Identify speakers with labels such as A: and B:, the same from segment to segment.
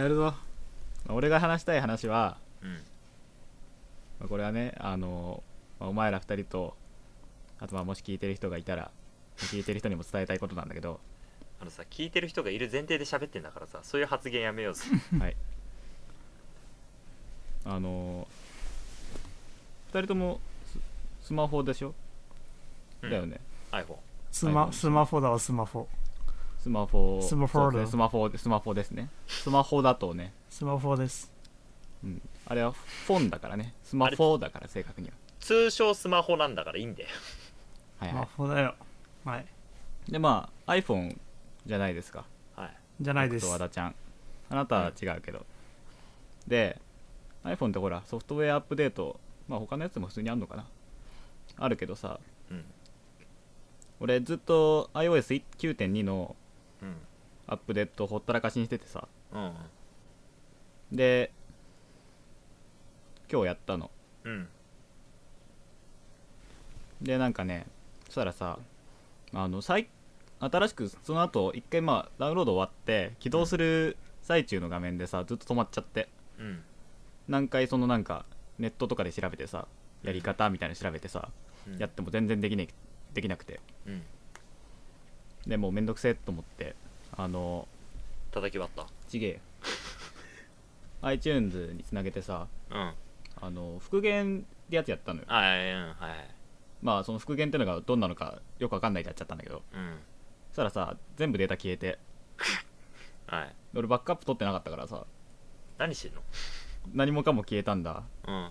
A: やるぞ俺が話したい話は
B: うん
A: まあこれはねあの、まあお前ら2人とあとまあもし聞いてる人がいたら聞いてる人にも伝えたいことなんだけど
B: あのさ聞いてる人がいる前提で喋ってんだからさそういう発言やめよう ぜ
A: はいあの2人ともススマホでしょ、
B: うん
A: だよね
B: iPhone
C: スマ
A: iPhone
C: スマホだわスマホ
A: スマホ
C: スマ
A: そう
C: ホ
A: ですねスマホスマホですねスマホだとね、
C: スマホです
A: うん、あれはフォンだからねスマホだから正確には
B: 通称スマホなんだからいいんだよ
A: はい
C: ス
A: は
C: マホだよはい
A: いでまあ iPhone じゃないですか
B: はい
C: じゃないです
A: 僕と和田ちゃんあなたは違うけど、で iPhone ってほらソフトウェアアップデートまあ他のやつも普通にあんのかなあるけどさ
B: うん
A: 俺ずっと iOS9.2 の
B: うん
A: アップデートをほったらかしにしててさ
B: うん
A: で今日やったの
B: うん
A: でなんかねそしたらさあの最新しくその後一回まあダウンロード終わって起動する最中の画面でさずっと止まっちゃって
B: うん
A: 何回そのなんかネットとかで調べてさやり方みたいなの調べてさ、
B: うん
A: やっても全然でき,、ね、できなくて
B: うん
A: でもうめんどくせえと思ってあの
B: 叩き割っ
A: ちげ えよ iTunes につなげてさ
B: たうん
A: あの復元ってやつやったのよ
B: あいやうんはいはい
A: まあその復元ってのがどんなのかよくわかんないでやっちゃったんだけど
B: うん
A: そしたらさ全部データ消えて
B: はい
A: 俺バックアップ取ってなかったからさ
B: 何してんの
A: 何もかも消えたんだ
B: うん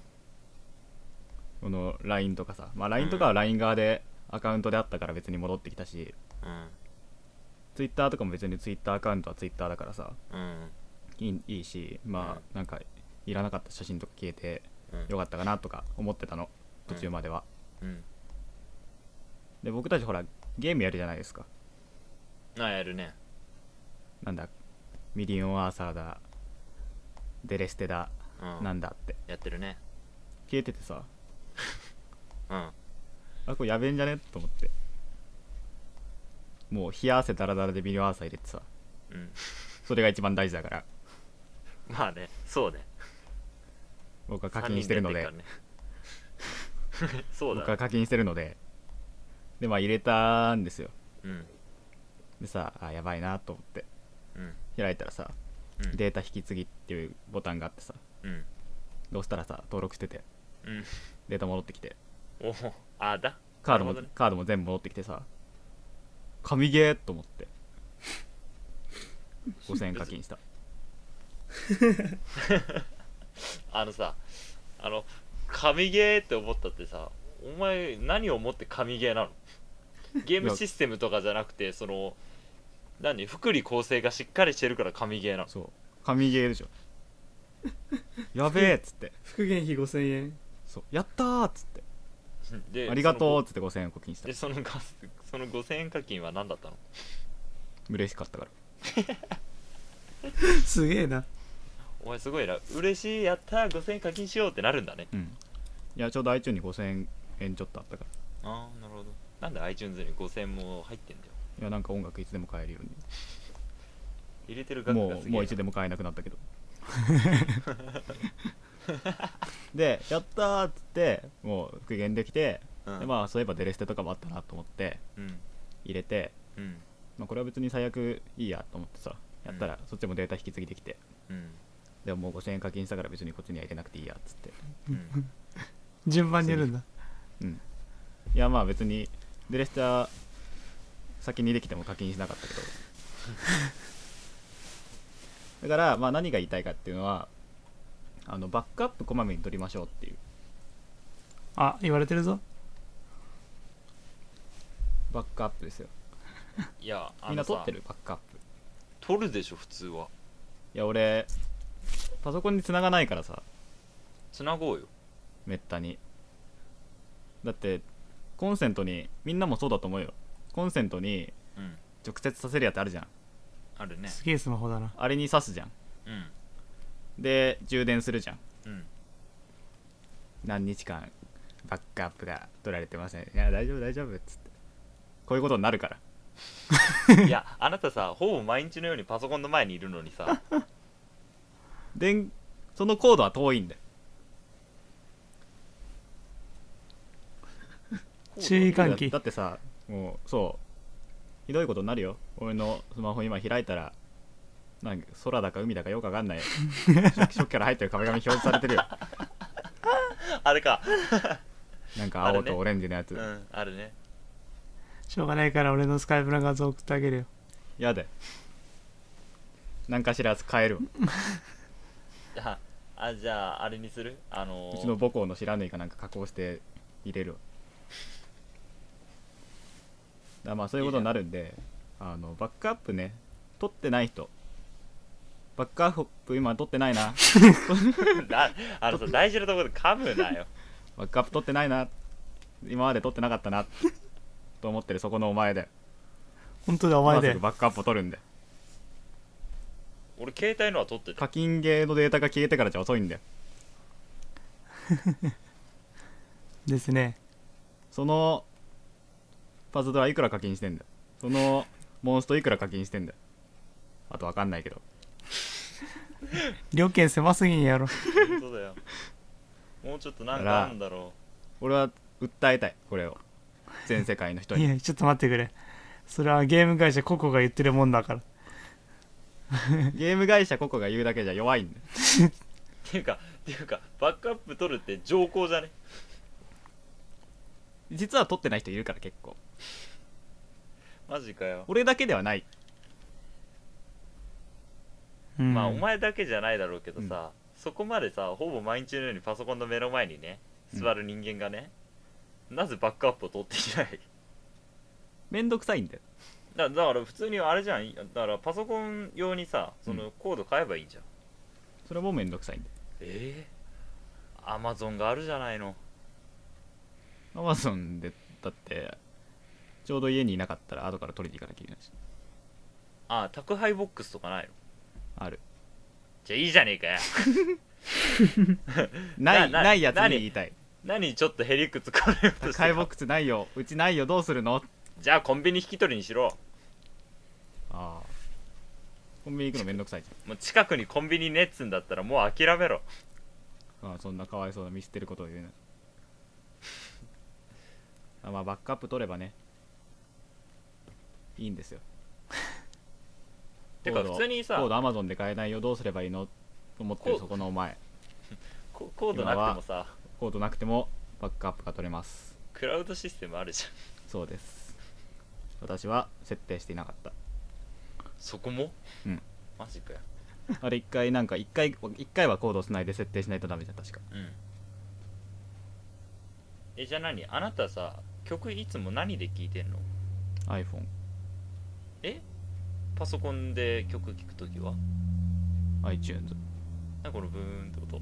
A: この LINE とかさまあ LINE とかは LINE 側でアカウントであったから別に戻ってきたし、
B: うん
A: ツイッターとかも別にツイッターアカウントはツイッターだからさ
B: うん
A: いいいいしまあなんかいらなかった写真とか消えて
B: うん
A: よかったかなとか思ってたの途中までは、
B: うん
A: で僕たちほらゲームやるじゃないですか
B: あやるね
A: なんだミリオンアーサーだデレステだ、
B: うん
A: なんだって
B: やってるね
A: 消えててさ
B: うん
A: あこれやべえんじゃねと思ってもう冷や汗ダラダラでミリオンアーサー入れてさ
B: うん
A: それが一番大事だから
B: まあねそうね
A: 僕は課金してるので
B: 三人やってっからね そうだ
A: 僕は課金してるのででまあ入れたんですよ
B: うん
A: でさあやばいなと思って
B: うん
A: 開いたらさ、
B: うん
A: データ引き継ぎっていうボタンがあってさ
B: うん
A: どうしたらさ登録してて
B: うん
A: データ戻ってきて
B: おおあだ
A: カードも、
B: なるほどね
A: カードも全部戻ってきてさ神ゲーと思って5000円課金した
B: あのさあの神ゲーって思ったってさお前何をもって神ゲーなのゲームシステムとかじゃなくてその何福利厚生がしっかりしてるから神ゲーなの
A: そう神ゲーで しょやべえっつって
C: 復元費5000円
A: そうやったーっつって
B: で
A: ありがとうっ
B: そ
A: つって5000円課金し
B: の
A: た
B: でそのガス その5000円課金は何だったの
A: 嬉しかったから
C: すげえな
B: お前すごいな嬉しいやったー5000円課金しようってなるんだね
A: うんいやちょうど iTunes に5000円ちょっとあったから
B: ああなるほどなんで iTunes に5000円も入ってんだよ
A: いやなんか音楽いつでも変えるよう
B: 入れてる
A: に
B: 額が
A: も
B: す
A: う
B: げえ
A: も
B: な
A: ういつでも買えなくなったけど でやったーっつってもう復元できて、
B: うん
A: でまあそういえばデレステとかもあったなと思って
B: うん
A: 入れて、
B: うん
A: まあ、これは別に最悪いいやと思ってさやったらそっちもデータ引き継ぎできて、
B: うん
A: でももう5000円課金したから別にこっちには入れなくていいやっつって
B: うん
C: 順番にやるんだ
A: うんいやまあ別にデレステは先にできても課金しなかったけど だからまあ何が言いたいかっていうのはあのバックアップこまめに取りましょうっていう
C: あ言われてるぞ
A: バックアップですよ
B: いやあのさ
A: みんな取ってるバックアップ
B: 取るでしょ普通はい
A: や俺パソコンに繋がないからさ
B: つなごうよ
A: めったにだってコンセントにみんなもそうだと思うよコンセントに
B: うん
A: 直接させるやつあるじゃん
B: あるね
C: すげえスマホだな
A: あれに挿すじゃん
B: うん
A: で充電するじゃん
B: うん
A: 何日間バックアップが取られてませんいや大丈夫大丈夫っつってこういうことになるから
B: いやあなたさほぼ毎日のようにパソコンの前にいるのにさ
A: 電そのコードは遠いんだよ
C: 注意喚起
A: だってさもうそうひどいことになるよ俺のスマホ今開いたらなんか空だか海だかよくわか んない初期初期から入ってる壁紙表示されてるよ
B: あ れか
A: なんか
B: あれ
A: 青
B: ね
A: とオレンジのやつ、
B: うんあるね
C: しょうがないから俺のスカイプの画像送ってあげるよ
A: やだよ何かしら変えるわ
B: ああじゃああれにするあの
A: う
B: ー
A: ちの母校の知らねえかなんか加工して入れるわだからまあそういうことになるんであのバックアップね取ってない人バックアップ今取ってないな
B: なあのさ大事なところで噛むなよ
A: バックアップ取ってないな今まで取ってなかったなと思ってるそこのお前で
C: 本当だお
A: お
C: 前
A: す
C: で
A: ぐバックアップを取るんで
B: 俺携帯のは 撮ってた
A: 課金ゲーのデータが消えてからじゃ遅いんだよ
C: ですね
A: そのパズドラいくら課金してんだよそのモンストいくら課金してんだよあとわかんないけど
C: 料金狭すぎんやろ
B: 本当だよもうちょっとなんかあんだろ
A: 俺は訴えたいこれを全世界の人
C: い
A: に
C: やちょっと待ってくれそれはゲーム会社ココが言ってるもんだから
A: ゲーム会社ココが言うだけじゃ弱いんだよ
B: うっていうかっていうかバックアップ撮るって上皇じゃね
A: 実は取ってない人いるから結構
B: マジかよ、
A: 俺だけではない
C: うん
B: まあお前だけじゃないだろうけどさ、そこまでさほぼ毎日のようにパソコンの目の前にね座る人間がね、なぜバックアップを撮っていない
A: めんどくさいんだよ
B: だだから普通にあれじゃんだからパソコン用にさそのコード買えばいいんじゃん、
A: それもめんどくさいんだよ
B: ええアマゾンがあるじゃないの
A: アマゾンでだってちょうど家にいなかったら後から取りに行かなきゃいけないし
B: あ宅配ボックスとかないの
A: ある
B: じゃあいいじゃねえかよ
A: ない
B: な
A: ないやつに
B: 何
A: 言いたい
B: 何ちょっとへりくつこれようとして
A: 解
B: る
A: ボックスないようちないよどうするの
B: じゃあコンビニ引き取りにしろ
A: ああコンビニ行くのめんどくさいじ
B: もう近くにコンビニねっつんだったらもう諦めろ
A: ゃんああそんなかわいそうな見捨てることを 言うなあまあバックアップ取ればねいいんですよ
B: てか
A: コード
B: 普通にさ
A: コードアマゾンで買えないよどうすればいいのと思ってるそこのお前
B: ココードなくてもさ
A: コードなくてもバックアップが取れます
B: クラウドシステムあるじゃん
A: そうです私は設定していなかった
B: そこも
A: うん
B: マジかよ
A: あれ一回なんか一回一回はコードつないで設定しないとダメじゃん確か
B: うんえじゃあ何あなたさ曲いつも何で聴いてんの
A: iPhone
B: パソコンで曲聴くときは
A: iTunes
B: 何このブーンって音
A: わ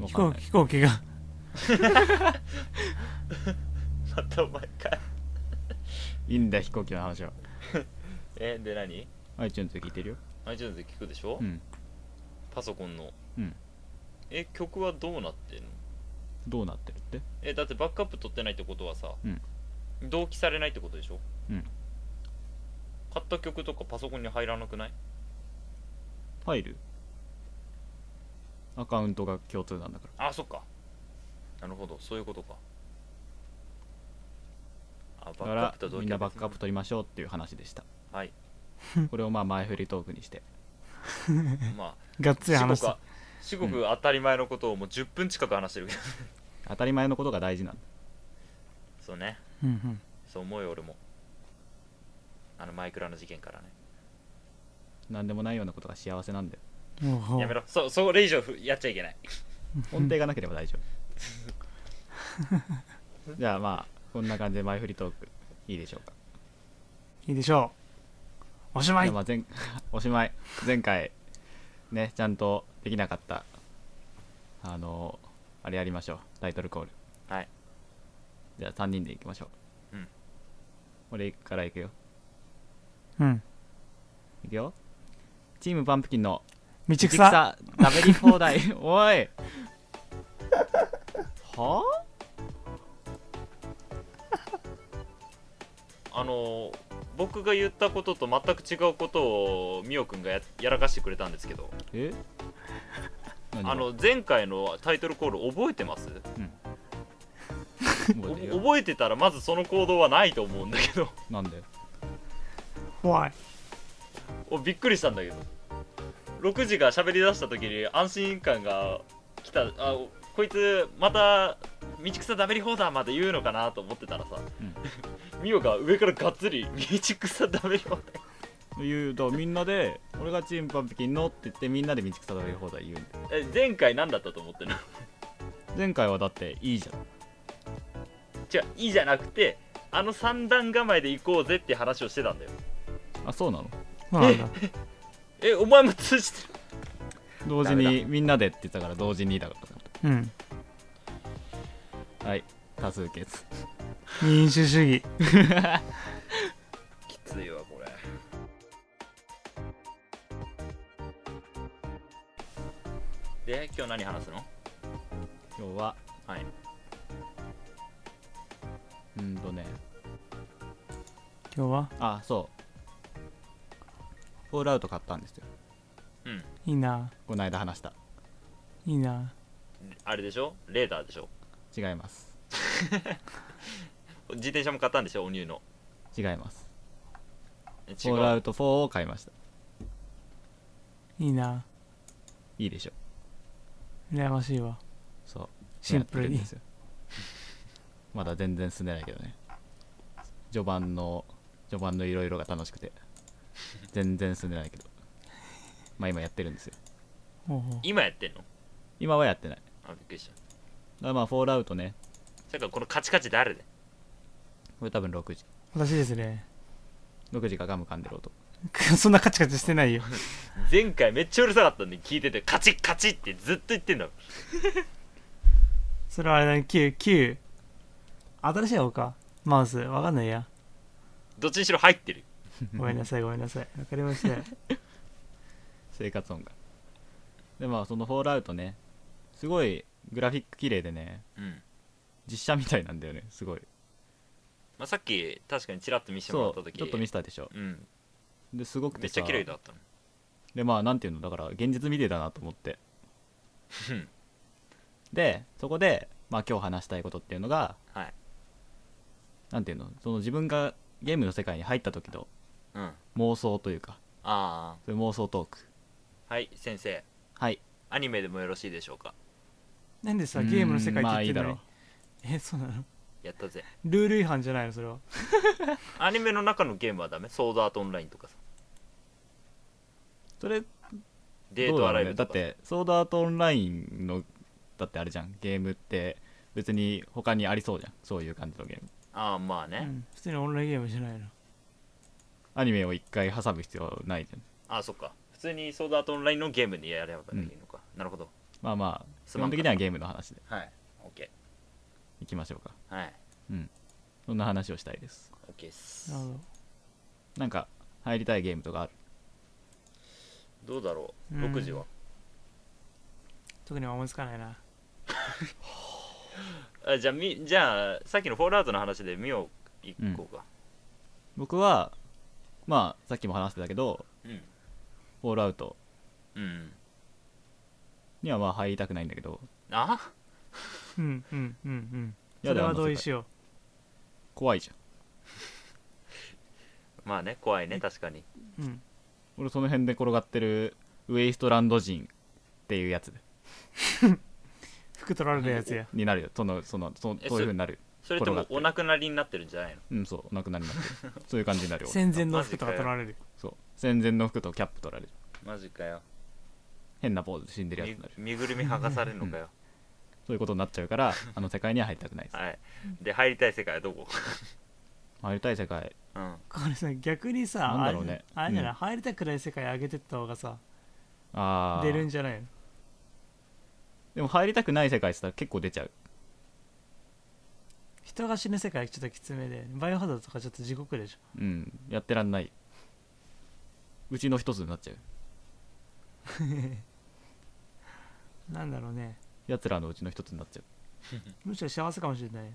C: 飛
A: かん
C: 行
A: ない
C: 飛行機が
B: またお前かい
A: いいんだよ飛行機の話は
B: えで何
A: iTunes で聞いてるよ
B: iTunes で聴くでしょ、
A: うん
B: パソコンの
A: うん
B: え曲はどうなってんの
A: どうなってるって
B: えだってバックアップ取ってないってことはさ、
A: うん
B: 同期されないってことでしょ
A: うん
B: 買った曲とかパソコンに入らなくない
A: ファイルアカウントが共通なんだから
B: あそっかなるほどそういうことかあ
A: だか
B: バックアッ
A: ら
B: プと同期
A: みんなバックアップ取りましょうっていう話でした
B: はい
A: これをまあ前振りトークにして
B: まあ
C: がっつり
B: 至
C: 話
B: 極
C: した
B: は至極当たり前のことをもう10分近く話してるけど
A: 当たり前のことが大事なんだ
B: そうね
C: うんうん
B: そう思うよ俺もあのマイクラの事件からね
A: 何でもないようなことが幸せなんだよ
C: おうほう
B: やめろそそれ以上ふやっちゃいけない
A: 音程がなければ大丈夫じゃあまあこんな感じで前振りトークいいでしょうか
C: いいでしょうおしま
A: じ
C: い
A: ゃあまあ前 おしまい前回ねちゃんとできなかったあのあれやりましょうタイトルコール
B: はい
A: じゃあ3人でいきましょう
B: うん
A: 俺からいくよ
C: うん
A: いくよチームパンプキンの
C: 道
A: 道
C: 草
A: 草食べり放 題おいはあ
B: あのー僕が言ったことと全く違うことをみおくんがややらかしてくれたんですけど
A: え何
B: あの前回のタイトルコール覚えてます
A: も
B: お
A: ういいよ
B: 覚えてたらまずその行動はないと思うんだけど
A: なんで
C: Why?
B: おびっくりしたんだけど6時が喋り出した時に安心感が来たあおこいつまた道草ダメり放題まで言うのかなと思ってたらさ、ミオが上からがっつり道草ダメり放題
A: 言うとみんなで俺がチンパンピキンのって言ってみんなで道草食べる方だ言うんだよ
B: え前回何だったと思ってるの
A: 前回はだっていいじゃん
B: 違ういいじゃなくてあの三段構えで行こうぜって話をしてたんだよ
A: あそうなの
C: そうなんだ。
B: えお前も通じてる
A: 同時
B: ダメ
A: にみんなでって言ったから同時にだか
C: うん。
A: らはい多数決
C: 民主主義。
B: きついわこれで今日何話すの
A: 今日は
B: はいう
A: ーんとね
C: 今日は
A: あそうフォールアウト買ったんですよ
B: うん
C: いいな。
A: この間話した
C: いいな。
B: あれでしょレーダーでしょ
A: 違います
B: 自転車も買ったんでしょお乳の
A: 違います
B: え
A: フ
B: 違
A: ォールア
B: う
A: ウト4を買いました
C: いいな。
A: いいでしょ
C: 羨ましいわ。
A: そう
C: シンプル
A: やってるん
C: に
A: で。すよ まだ全然進んでないけどね序盤の序盤のいろいろが楽しくて全然進んでないけどまあ今やってるんですよ
C: ほうほう
B: 今やってんの
A: 今はやってないだか
B: あびっくりした
A: らまあフォールアウトね
B: それからこのカチカチ誰で
A: これ多分6時
C: 私ですね。
A: 6時かガム噛んでる音
C: そんなカチカチしてないよ。
B: 前回めっちゃうるさかったんで聞いててカチッカチッってずっと言ってんだろ
C: それはあれだね、旧、旧。新しい方か。マウス。わかんないや。
B: どっちにしろ入ってる
C: ごめんなさい、ごめんなさい。わかり ました。
A: 生活音がでまあそのフォールアウトねすごいグラフィック綺麗でね
B: うん、
A: 実写みたいなんだよねすごい
B: まあ、さっき確かにチラッと見せてもら
A: そ
B: った
A: う
B: 時
A: ちょっと見せたでしょ
B: うん
A: ですごく
B: め
A: て
B: っち
A: さ
B: ゃ綺麗だったの
A: でまあなんていうのだから現実見てたなと思って
B: うん
A: でそこで、まあ、今日話したいことっていうのが
B: はい
A: なんていうのその自分がゲームの世界に入った時の
B: うんあ
A: 妄想というか
B: あ
A: そういう妄想トーク
B: はい先生
A: はい
B: アニメでもよろしいでしょうか
C: なんでさ、ゲームの世界
A: うんまあ
C: って言ってんの
A: いい
C: に。え、そうなの
B: やったぜ
C: ルール違反じゃないのそれは。
B: アニメの中のゲームはダメソードアートオンラインとかさ
A: それ
B: デー
A: どう
B: ト
A: だ
B: ア
A: ろう
B: ライ
A: ね
B: ブ
A: だっ
B: とか
A: てソードアートオンラインのだってあれじゃんゲームって別に他にありそうじゃんそういう感じのゲーム
B: ああまあね、
C: うん普通にオンラインゲームじゃないの。
A: アニメを一回挟む必要はないじゃん
B: ああそっか普通にソードアートオンラインのゲームにやればいいのか、なるほど
A: まあまあ
B: す
A: 基
B: まん
A: 本
B: か
A: 的にはゲームの話で
B: はい OK
A: いきましょうか
B: はい
A: そんな話をしたいです
B: OK っす
C: なるほど。
A: なんか入りたいゲームとかある
B: どうだろう
C: うん
B: 6時は
C: 特に思いつかないな。
B: あじゃあみじゃあさっきのフォールアウトの話で見よう行こうか
A: 僕はまあさっきも話してたけど
B: うん
A: フォールアウト
B: うん、
A: にはまあ入りたくないんだけど
B: あ
C: うんうんうんうん。
A: や
C: それ
A: だよ
C: は
A: あの
C: 同
A: 世
C: 意
A: 界
C: しよ
A: 怖いじゃん
B: まあね怖いね確かに
C: う。うん。
A: 俺その辺で転がってるウエイストランド人っていうやつ
C: 服取られるやつや。
A: になるよそのそのその
B: え
A: そういうふうになるよ
B: それと
A: 転が
B: も
A: ってる
B: お亡くなりになってるんじゃないの
A: うんそうお亡くなりになってるそういう感じになるよ
C: 戦前の服とか取られる。
A: そう戦前の服とキャップ取られる
B: マジかよ
A: 変なポーズで死んでるやつ
B: み
A: になる
B: 身ぐるみ剥がされるのかよ、
A: そういうことになっちゃうからあの世界には入りたくないです
B: はいで入りたい世界はどこ
A: 入りたい世界
B: うん
C: これさ、逆にさ、
A: なん
C: あ
A: だ
C: れ
A: ろうね
C: あれじゃない、
A: うん
C: 入りたくない世界上げてった方がさ、
A: あ
C: 出るん
A: あ
C: じゃないの
A: でも入りたくない世界って言ったら結構出ちゃう
C: 人が死ぬ世界ちょっときつめで、バイオハザードとかちょっと地獄でしょ。
A: うんやってらんないうちの一つになっちゃう
C: なんだろうね。
A: やつらのうちの一つになっちゃう
C: むしろ幸せかもしれない。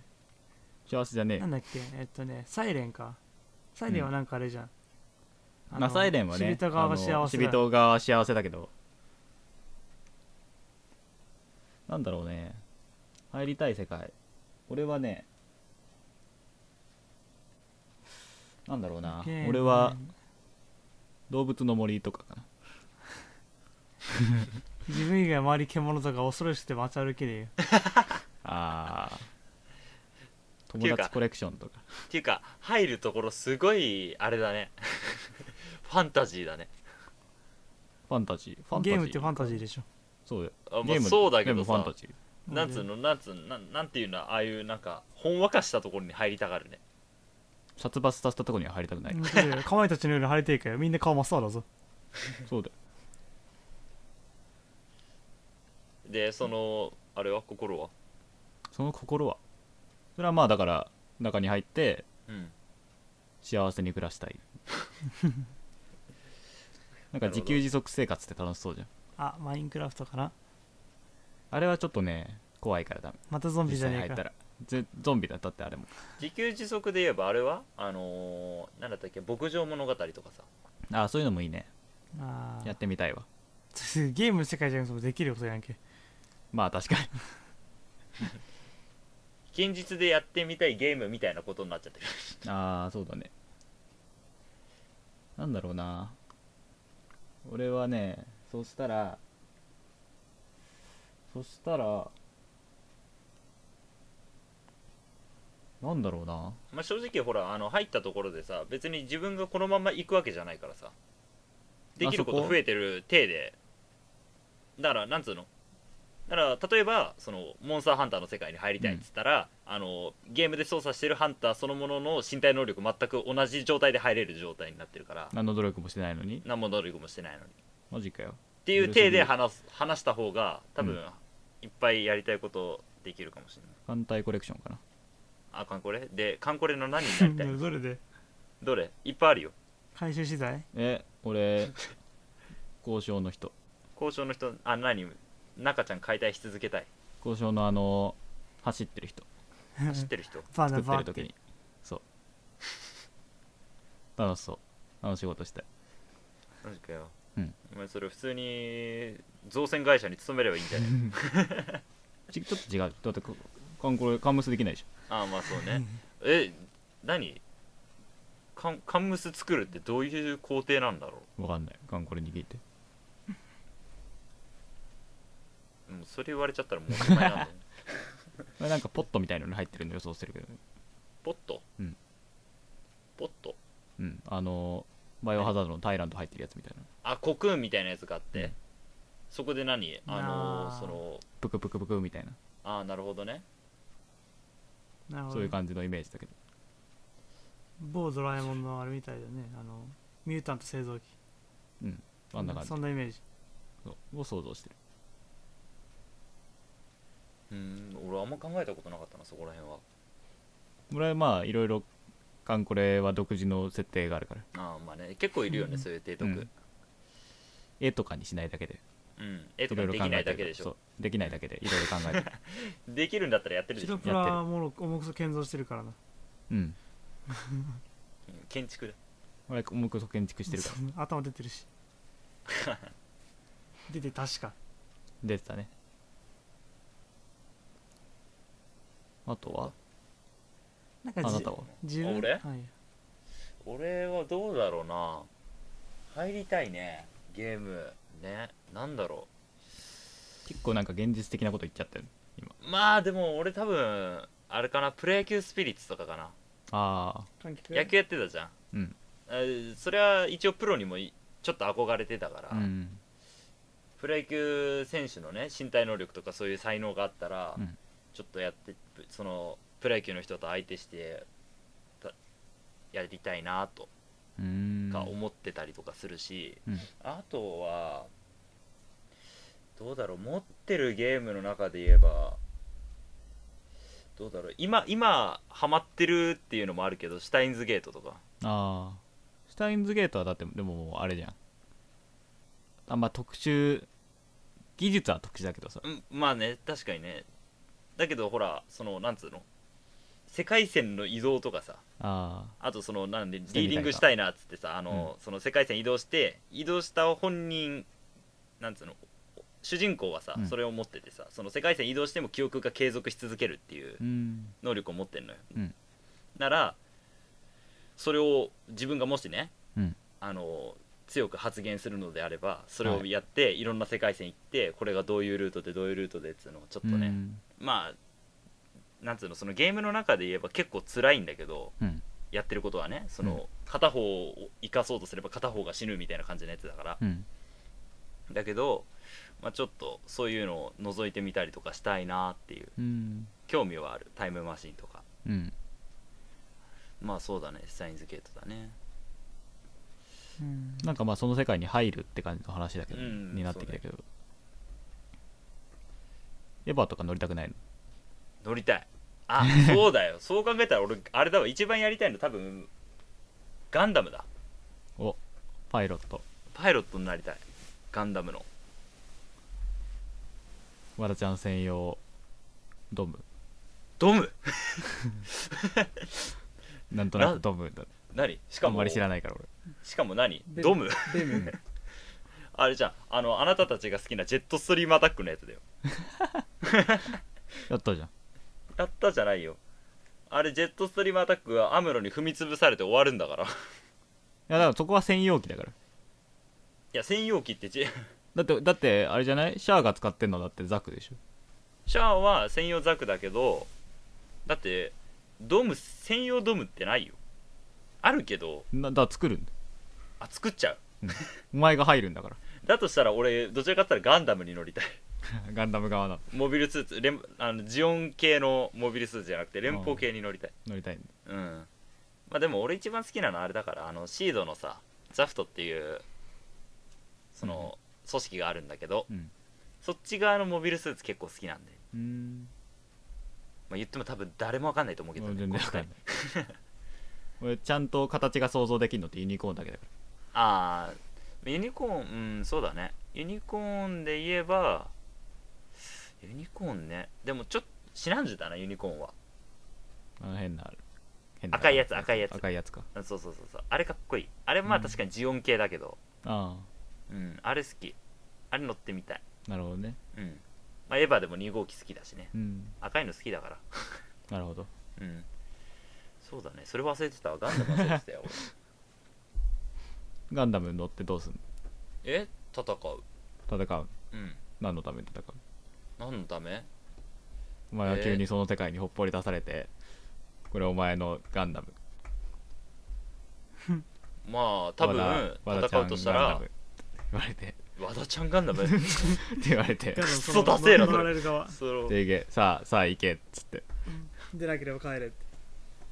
A: 幸せじゃねえ
C: なんだっけ、えっとね、サイレンか。サイレンはなんかあれじゃん。あの
A: まあ、サイレンはね
C: 死人側が幸せ
A: あの死
C: だ。
A: 人側は幸せだけどなんだろうね入りたい世界俺はねなんだろうな
C: ゲーム
A: 俺は動物の森とかかな
C: 自分以外周り獣とか恐ろしくて街歩きで
A: あー
B: てい
A: 友
B: うか
A: 達コレクションとか
B: っていうか入るところすごいあれだね ファンタジーだね
A: ファンタジーファンタジ
C: ゲームってファンタジーでしょ
A: そうよ
B: あ、ま
A: ゲ
B: あ、
A: ーム
B: そうだけ
A: ゲー
B: ど
A: ムファン
B: さ
A: タジー
B: なんつうのなんつうのなんなんていうのああいうなんかほんわかしたところに入りたがるね
A: 殺伐させたとこには入りたくない、
C: 本当だよかまいたちのように晴れていくよみんな顔真っ青だぞ
A: そうだよ
B: でそのあれは心は
A: その心はそれはまあだから中に入って
B: うん
A: 幸せに暮ら したいなんか自給自足生活って楽しそうじゃん
C: あマインクラフトかな
A: あれはちょっとね怖いからダメ
C: またゾンビ
A: 実
C: じゃ
A: 際
C: ね
A: 入
C: え
A: った
C: から
A: ぜゾンビだったってあれも
B: 自給自足で言えばあれはあのー、なんだったっけ牧場物語とかさ
A: ああそういうのもいいね
C: あ
A: やっ
C: あ
A: てみたいわ
C: ゲームの世界じゃなくてもできることやんけ
A: まあ確かに
B: 現実でやってみたいゲームみたいなことになっちゃってる
A: ああそうだねなんだろうな俺はねそうしたらそしたらなんだろうな
B: まあ正直ほらあの入ったところでさ別に自分がこのまま行くわけじゃないからさできるこ
A: あそ
B: と
A: こ
B: 増えてる体でだからなんつうのだから例えばそのモンスターハンターの世界に入りたいっつったら、あのゲームで操作してるハンターそのものの身体能力全く同じ状態で入れる状態になってるから
A: 何の努力もしてないのに
B: 何も能力もしてないのに
A: マジかよ
B: っていう体で
A: 許せ
B: 話す話した方が多分、
A: うん
B: いっぱいやりたいことできるかもしれない
A: 艦隊コレクションかな
B: あカンコレでカンコレの何になりたい
C: どれで
B: どれいっぱいあるよ
C: 回収資材
A: え俺 交渉の人
B: 交渉の人あ何中ちゃん解体し続けたい
A: 交渉のあの走ってる人
B: 知ってる人
C: バ
A: 作
C: ナ
A: って
C: バ
A: る
C: っ
A: 時
C: て
A: にそう楽しそうあの仕事したい
B: マジかよ、
A: うん
B: お前それ普通に造船会社に勤めればいいんじゃない
A: ちちょっと違うだってこカンこれカンムスできないでしょ
B: あまあそうねえ何カンカンムス作るってどういう工程なんだろ
A: わかんないカンコレ握って
B: うもうそれ言われちゃったらもうおしまいなんだよね
A: これなんかポットみたいなのに入ってるの予想してるけどね
B: ポット、
A: うん
B: ポット
A: うんあのバイオハザードのタイランド入ってるやつみたいな
B: あコクーンみたいなやつがあって、
A: うん
B: そこで何あの
C: あー
B: その
A: プクプクプクみたいな
B: ああなるほどね
C: なるほ
A: そういう
C: ど
A: 感じのイメージだけど
C: 某ドラえもんのあれみたいだよねあのミュータント製造機
A: あんな感じ
C: そんなイメージ
A: そうを想像してる
B: うん俺あんま考えたことなかったなそこら辺は
A: 俺はまあいろいろカンコレは独自の設定があるから
B: あーまあね結構いるよね、
C: うん
B: そういう提督
A: 絵とかにしないだけで
B: うん絵と
A: いろ
B: か
A: いろ
B: で
A: 考
B: きな
A: え
B: い
A: て
B: だけ
A: るか
B: でし
A: らそ
B: ょ
A: うできないだけでいろいろ考え てる
B: できるんだったらやってるで
C: シ
B: しょ
C: ロプラはもろ重くそ建造してるからな
A: うん
B: うん建築だ
A: 俺もう一個建築してるから
C: そう 頭出てるし出て確か
A: 出てたねあとは
C: なんか
A: あ
C: じ
A: なたは
C: 自分
B: 俺
C: はい、
B: 俺はどうだろうな入りたいねゲームねなんだろ
A: 結構なんか現実的なこと言っちゃったよね
B: うまあでも俺多分あれかなプロ野球スピリッツとかかな
A: ああ
B: 野球やってたじゃん
A: うん
B: えーそれは一応プロにもいちょっと憧れてたから、
A: うん
B: プロ野球選手のね身体能力とかそういう才能があったら、
A: うん
B: ちょっとやってそのプロ野球の人と相手してたやりたいなと
A: うーん
B: か思ってたりとかするし、
A: うん
B: あとはどうだろう持ってるゲームの中で言えばどうだろう今今ハマってるっていうのもあるけどシュタインズゲートとか
A: ああスタインズゲートはだってでももうあれじゃんあんま特殊技術は特殊だけどさ
B: うん、まあね確かにねだけどほらそのなんつうの世界線の移動とかさ
A: あ
B: あとそのなんでリ
A: してみたいか
B: ーディングしたいなっつってさあの、その世界線移動して移動した本人なんつうの主人公はさ、
A: うん
B: それを持っててさその世界線移動しても記憶が継続し続けるっていう
A: うん
B: 能力を持ってんのよ、
A: うん
B: ならそれを自分がもしね、
A: うん
B: あの強く発言するのであればそれをやって、い、ろんな世界線行ってこれがどういうルートでどういうルートでっていうのをちょっとね、
A: うん
B: まあなんつうのそのゲームの中で言えば結構辛いんだけど
A: うん
B: やってることはねその、
A: うん
B: 片方を生かそうとすれば片方が死ぬみたいな感じのやつだから、
A: うん
B: だけど、まあ、ちょっとそういうのを覗いてみたりとかしたいなっていう
A: うん
B: 興味はあるタイムマシンとか
A: うん
B: まあそうだねサインズゲートだね
C: うん
A: なんかまあその世界に入るって感じの話だけど、
B: うん
A: になってきたけど、エヴァとか乗りたくないの
B: 乗りたい あそうだよそう考えたら俺あれだわ一番やりたいの多分ガンダムだ
A: おパイロット
B: パイロットになりたいガンダムの
A: 和田ちゃん専用ドム
B: ドム
A: なんとな
B: な
A: くドムだ
B: 何し
A: あ
B: か
A: ん
B: も
A: まり知らないから俺
B: しかも何
C: で
B: ドム
C: でも
B: あれじゃんあのあなたたちが好きなジェットストリームアタックのやつだよ
A: やったじゃん
B: やったじゃないよあれジェットストリームアタックはアムロに踏み潰されて終わるんだから
A: い
B: い
A: やだからそこは専用機だから
B: や専用機ってジェ
A: だってだってあれじゃないシャアが使ってんのだってザクでしょ
B: シャアは専用ザクだけどだってドム専用ドムってないよあるけど
A: なだから作るんだ
B: あ作っちゃう
A: お前が入るんだから
B: だとしたら俺どちらかって言ったらガンダムに乗りたい
A: ガンダム側なの
B: モビルスーツレンあのジオン系のモビルスーツじゃなくて連邦系に乗りたい
A: 乗りたいんだ
B: うんまあでも俺一番好きなのはあれだからあのシードのさザフトっていうその組織があるんだけど、
A: うん
B: そっち側のモビルスーツ結構好きなんで、
A: うーん
B: まあ、言っても多分誰もわかんないと思うけど、
A: 全
B: ね、
A: 然わ
B: この
A: かん
B: 二
A: ない
B: 人
A: 俺ちゃんと形が想像できるのってユニコーンだけだか
B: ああユニコーンうんそうだねユニコーンで言えばユニコーンねでもちょっとシナンジュだなユニコーンは
A: らあの変な変な
B: 赤いやつ赤いやつ
A: 赤いやつか
B: あそうそうそうそうあれかっこいいあれまあ
A: うん
B: 確かにジオン系だけど
A: あ
B: うん、あれ好きあれ乗ってみたい
A: あなるほどね
B: うんまあエヴァでも2号機好きだしね
A: うん
B: 赤いの好きだから
A: なるほど
B: うんそうだねそれ忘れてたわガンダム忘れて たよ俺
A: ガンダム乗ってどうすん
B: え戦う
A: の戦う
B: うん
A: 何のために戦う
B: 何のため
A: お前は
B: えー
A: 急にその世界にほっぽり出されて、これお前のガンダム
B: まあ多分
A: 和田
B: 戦うとした
A: 和田ちゃんガンダ
B: ら
A: ムって言われて って言われて
B: 和田ちゃんガンダム
C: ガンダム
B: ク
C: そ
B: ソ
C: の
B: ダセえなそれ
C: 乗られる側
B: その
A: で行けさあさあ行けっつって
C: でなければ帰れって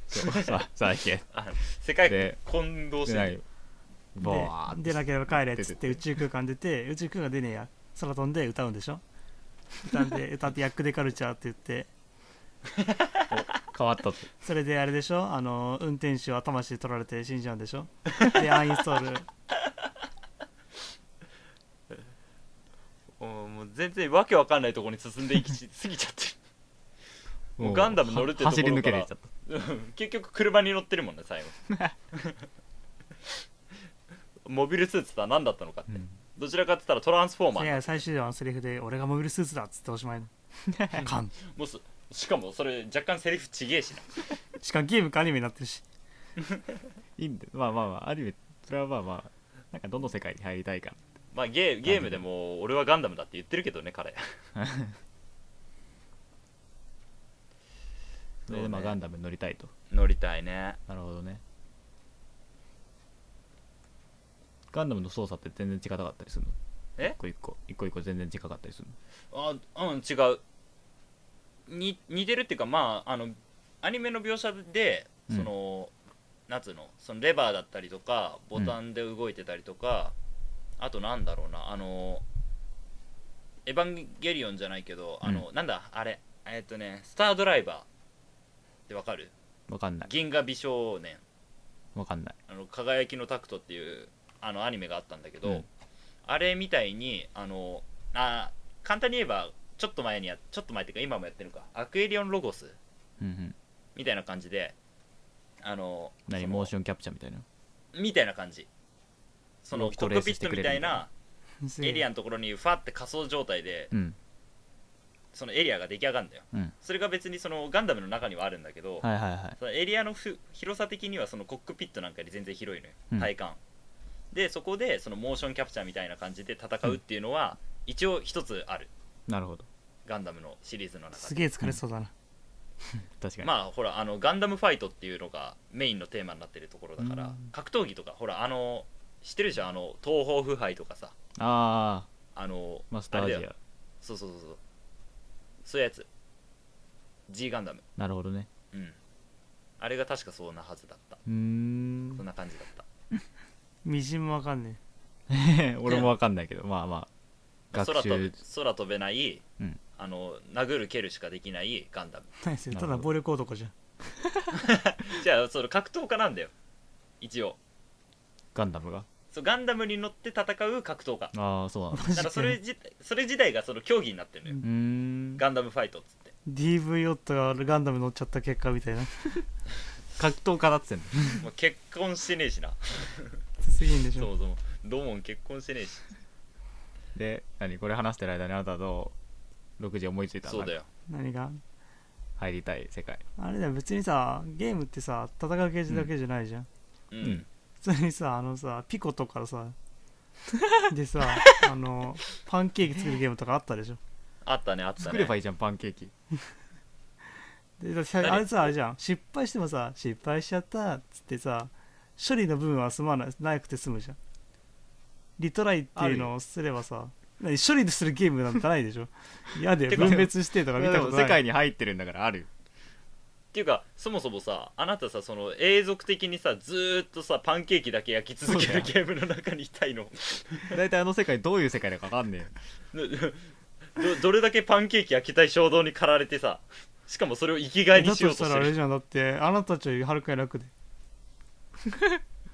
A: そうさあさあ 行けっ
B: あ世界
A: で
B: 混同
A: つ
B: し
A: って
B: て
A: な
B: る
A: いボワー
C: で出な
A: ッ
C: ければ帰れっつ
A: 出て
C: って宇宙空間出て宇宙空間出ねえや空飛んで歌うんでしょ歌んで歌って「ヤックデカルチャー」って言って
A: 変わったって
C: それであれでしょあの運転手は魂取られて死んじゃうんでしょでアンインストール
B: もうもう全然わけわかんないところに進んでいきし過ぎちゃってもうガンダム乗るってところ
A: 走り抜けれちゃった
B: るうん結局車に乗ってるもんね最後モビルスーツとは何だったのかって、
A: うん
B: どちらかって言ったらトランスフォーマ
C: い
B: ー
C: や最終話のセリフで「俺がモビルスーツだ」っつっておしまいのかん
B: もうすしかもそれ若干セリフちげえしな
C: しかもゲームかアニメになってるし
A: いいんでまあまあまあアニメそれはまあまあなんかどの世界に入りたいか
B: まあゲーゲームでも俺はガンダムだって言ってるけどね彼
A: で、
B: そうね
A: まあガンダムに乗りたいと
B: 乗りたいね
A: なるほどねガンダムの操作って全然違かったりするの
B: え
A: 一個一個一個一個全然違かったりするの
B: あうん違うに似てるっていうかまああのアニメの描写で
A: うん
B: その、なんつうのそのレバーだったりとかボタンで動いてたりとか、あとなんだろうなあの「エヴァンゲリオン」じゃないけどあの、なんだあれえっとね「スタードライバー」ってわかる
A: わかんない
B: 銀河美少年
A: わかんない
B: あの輝きのタクトっていうあのアニメがあったんだけど、
A: うん
B: あれみたいにあのあ簡単に言えばちょっと前にやちょっと前っていうか今もやってるのかアクエリオンロゴス
A: うんうん
B: みたいな感じであの
A: 何
B: その
A: モーションキャプチャーみたいな
B: みたいな感じその
A: 動きと
B: コ
A: レ
B: ッ
A: ー
B: クピ
A: スし
B: ッ
A: て
B: ト
A: くれ
B: み
A: る
B: たいなエリア
C: ン
B: のところにファって仮想状態で
A: うん
B: そのエリアが出来上がるんだよ
A: うん
B: それが別にそのガンダムの中にはあるんだけど、
A: はいはいはい
B: そのエリアのふ広さ的にはそのコックピットなんかより全然広いのよ、
A: うん
B: 体感でそこでそのモーションキャプチャーみたいな感じで戦うっていうのは一応一つある
A: なるほど
B: ガンダムのシリーズの中
C: す
B: で
C: げえ疲れそうだな、
A: 確かに、
B: まあほらあのガンダムファイトっていうのがメインのテーマになってるところだから、
A: うん
B: 格闘技とかほらあの知ってるでしょあの東方腐敗とかさ
A: ああ
B: あの
A: マスターアジ
B: あれだ
A: ア
B: よそうそうそうそうそういうやつ G ガンダム
A: なるほどね
B: うんあれが確かそうなはずだった
A: うーん
B: そんな感じだった
C: みじんもわかんね
A: 俺もわかんないけどまあまあ
B: 空
A: 学
B: 飛べ
A: 習
B: 空飛べない、
A: うん
B: あの殴る蹴るしかできないガンダム
C: え何それ
A: な
C: た
A: るほど
C: だ暴力男じゃん
B: じゃあその格闘家なんだよ一応
A: ガンダムが
B: そうガンダムに乗って戦う格闘家
A: ああそう なんだ
C: マ
B: だ
C: ジ
B: か
C: から
B: それ自それ自体がその競技になってるのよ、
A: うーん
B: ガンダムファイトっつって
C: DV 夫がガンダム乗っちゃった結果みたいな
A: 格闘家だっつってんの
B: もう結婚してねえしな
C: すぎんでし
B: そ
C: ょ
B: もそもドモン結婚してねえし
A: で何これ話してる間にあなたと6時思いついた
B: そうだよ
C: 何が
A: 入りたい世界
C: あれだよ別にさゲームってさ戦うゲージだけじゃないじゃん、
A: う
B: う、
A: ん
C: 普通にさあのさピコとかさでさあのパンケーキ作るゲームとかあったでしょ
B: あったねあったね
A: 作ればいいじゃんパンケーキ
C: でだってあれさあれじゃん失敗してもさ失敗しちゃったっつってさ処理の分は済まないなくて済むじゃんリトライっていうのをすればさ何処理するゲームなんかないでしょ嫌だよ
B: てか
C: 分別してとか見たことない
A: 世界に入ってるんだからあるよ
B: っていうかそもそもさあなたさその永続的にさずーっとさパンケーキだけ焼き続ける
A: そ
B: ゲームの中にいたいの
A: 大体あの世界どういう世界だか分かんね えよ
B: どどれだけパンケーキ焼きたい衝動に駆られてさしかもそれを生きがいに
C: だと
B: しよう
C: し
B: とし
C: たら
B: て
C: あれ
B: る
C: じゃんだってあなたたちよりはるか に楽で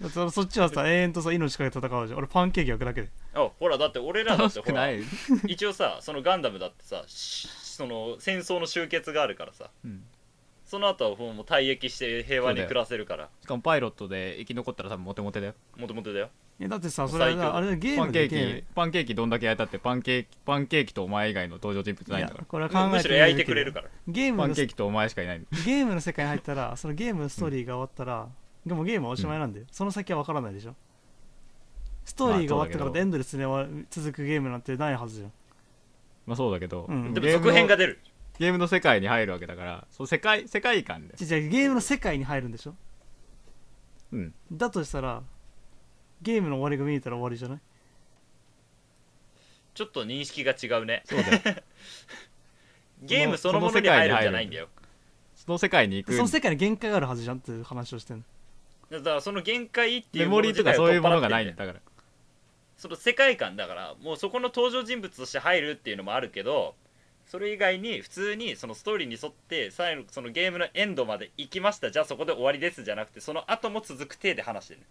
C: だってそっちはさ永遠とさ命かけて戦うじゃん俺パンケーキ焼くだけで
B: あほらだって俺らだ
A: 楽
B: って
A: し
B: ほ
A: く
B: ら
A: ない、
B: 一応さそのガンダムだってさしその戦争の終結があるからさ
A: うん、
B: その後はもうもう退役して平和に暮らせるから
A: しかもパイロットで生き残ったら多分モテモテだよ
B: もともとだよ
C: えだってさそれは
B: 最強
C: あれだよゲー
A: パン
C: ム
A: ケ
C: で
A: ー
C: ゲー
A: キパンケーキどんだけ焼いたってパンケーキパンケーキとお前以外の登場人物
C: ム
A: ないいんだ
C: や
A: から
C: これは考えて
B: むしろ焼いてくれる
C: か
B: から
C: らゲーム
A: パ
C: の
A: ンケーキとお前しかいないんだ
C: ゲームの世界に入ったらそのゲームのストーリーが終わったら、でもゲームはおしまいなんで、その先は分からないでしょストーリーが終わってか
A: まあそうだけど
C: らエンドレスに終わる続くゲームなんてないはずじゃん
A: まあそうだけど、
C: うん
B: で
A: ゲ
B: も
A: ームの
B: 続編が出る
A: ゲームの世界に入るわけだからそう世界世界観で
C: じゃあゲームの世界に入るんでしょ
A: うん
C: だとしたらゲームの終わりが見えたら終わりじゃない
B: ちょっと認識が違うね
A: そうだよ
B: ゲームそのものに入るんじゃないんだよ
A: その世界に行
C: でその世
A: く
C: 界に限界があるはずじゃんっていう話をしてる
B: だからその限界ってい
A: メ
B: う
A: モリーとかそういうものがないん
B: だ
A: だだから
B: その世界観だからもうそこの登場人物として入るっていうのもあるけどそれ以外に普通にそのストーリーに沿って最後そのゲームのエンドまで行きましたじゃあそこで終わりですじゃなくてその後も続く体で話してる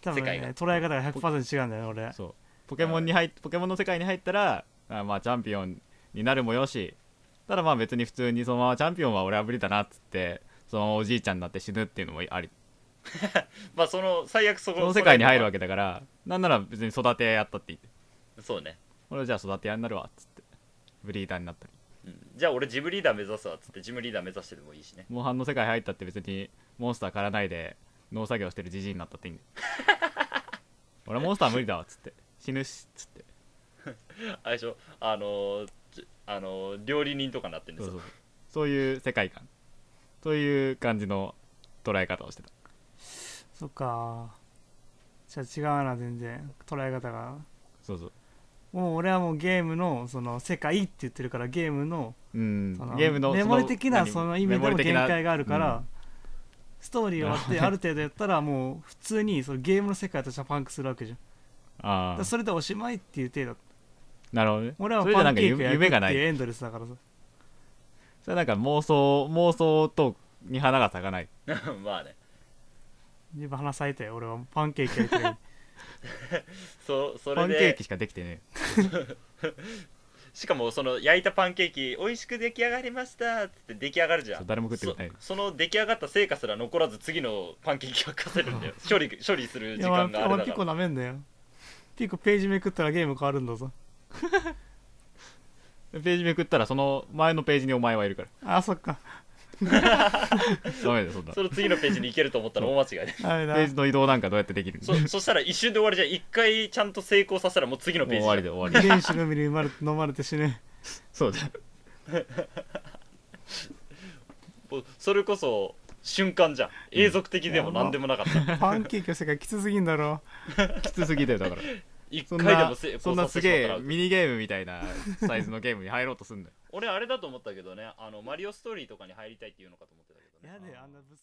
C: 多分
B: 世界
C: ね
B: が
C: 捉え方が100%違うんだよね俺
A: そうポケモンに入っポケモンの世界に入ったらあまあチャンピオンになるもよしただまあ別に普通にそのままチャンピオンは俺は無理だなっつってそのままおじいちゃんになって死ぬっていうのもあり
B: まあその最悪そこ
A: その世界に入る
B: わ
A: わけだからなんなら別に育て屋やったって言って
B: けそうね、
A: 俺はじゃあ育て屋になるわっつってブリーダーになったり
B: うんじゃあ俺ジムリーダー目指すわっつってジムリーダー目指してでもいいしね
A: モンハンの世界入ったって別にモンスター狩らないで農作業してるじじいになったっていいんだ よ俺モンスター無理だわっつって死ぬしっつって
B: あれでしょあのーちあのー料理人とかなってるんで
A: そうそ
B: す
A: う
B: よ
A: そうそういう世界観そういう感じの捉え方をしてた
C: そっかじゃあ違うな全然捉え方が
A: そうそう
C: もう俺はもうゲームのその世界って言ってるからゲームの
A: うん
C: その
A: ゲームの
C: メモリ的な
A: 何
C: その意味
A: メモ
C: で
A: リ
C: も
A: 的
C: 限
A: な
C: 界があるから、
A: うん
C: ストーリー終わってある程度やったらもう普通にそのゲームの世界としてはパンクするわけじゃんだ
A: あ
C: から
A: あ
C: それでおしまいっていう程度
A: なるほどね
C: 俺は
A: それじゃ
C: パ
A: な
C: ン
A: んか
C: ケーキ
A: 夢
C: やる
A: 夢が
C: っ
A: な
C: ていう
A: い
C: エンドレスだからさ
A: それはなんか妄想妄想とに花が咲かない
B: まあね
C: 自分話されたよ俺はパンケーキやりたい
B: そそ
A: パ
B: れ
A: ンケー
B: で
A: キしかできてね
B: しかもその焼いたパンケーキ美味しく出来上がりましたっつって出来上がるじゃ
A: そうん誰も食ってくれない
B: そその出来上がった成果すら 残らず次のパンケーキがかせるんだよ処理処理する
C: い
B: 時
C: やお
B: 間
C: 前
B: があ
C: お
B: れ
C: 前
B: だ
C: ピ
B: か
C: コ
B: ら
C: なめんだよ結構ページめくったらゲーム変わるんだぞ
A: ページめくったらその前のページにお前はいる から
C: あそっか
A: ダメだよそんな
B: その次のページに行けると思ったら大間違いで
C: ダメ
A: ペ
C: だ
A: ージの移動なんかどうやってできる
B: そ そしたら一瞬で終わりじゃん一回ちゃんと成功させたらもう次の
A: もう
B: ページ
A: 終
B: じゃ
A: わり
B: ん
A: で終わり
C: 遺伝子の海に生まれ飲まれて死ね
A: そうじゃん
B: もうそれこそ瞬間じゃん永続的でも何でも なかった
C: パンケーキの世界きつすぎんだろ
A: きつすぎだよだから
B: 一
A: そん
B: 回で
A: な
B: も成
A: そん
B: 功
A: な
B: さ
A: す
B: せてし
A: げえ
B: まったら
A: ミニゲームみたいなサイズのゲームに入ろうとすんだよ
B: 俺あれだと思ったけどねあのマリオストーリーとかに入りたいっていうのかと思ってたけどね
C: やであんな物騒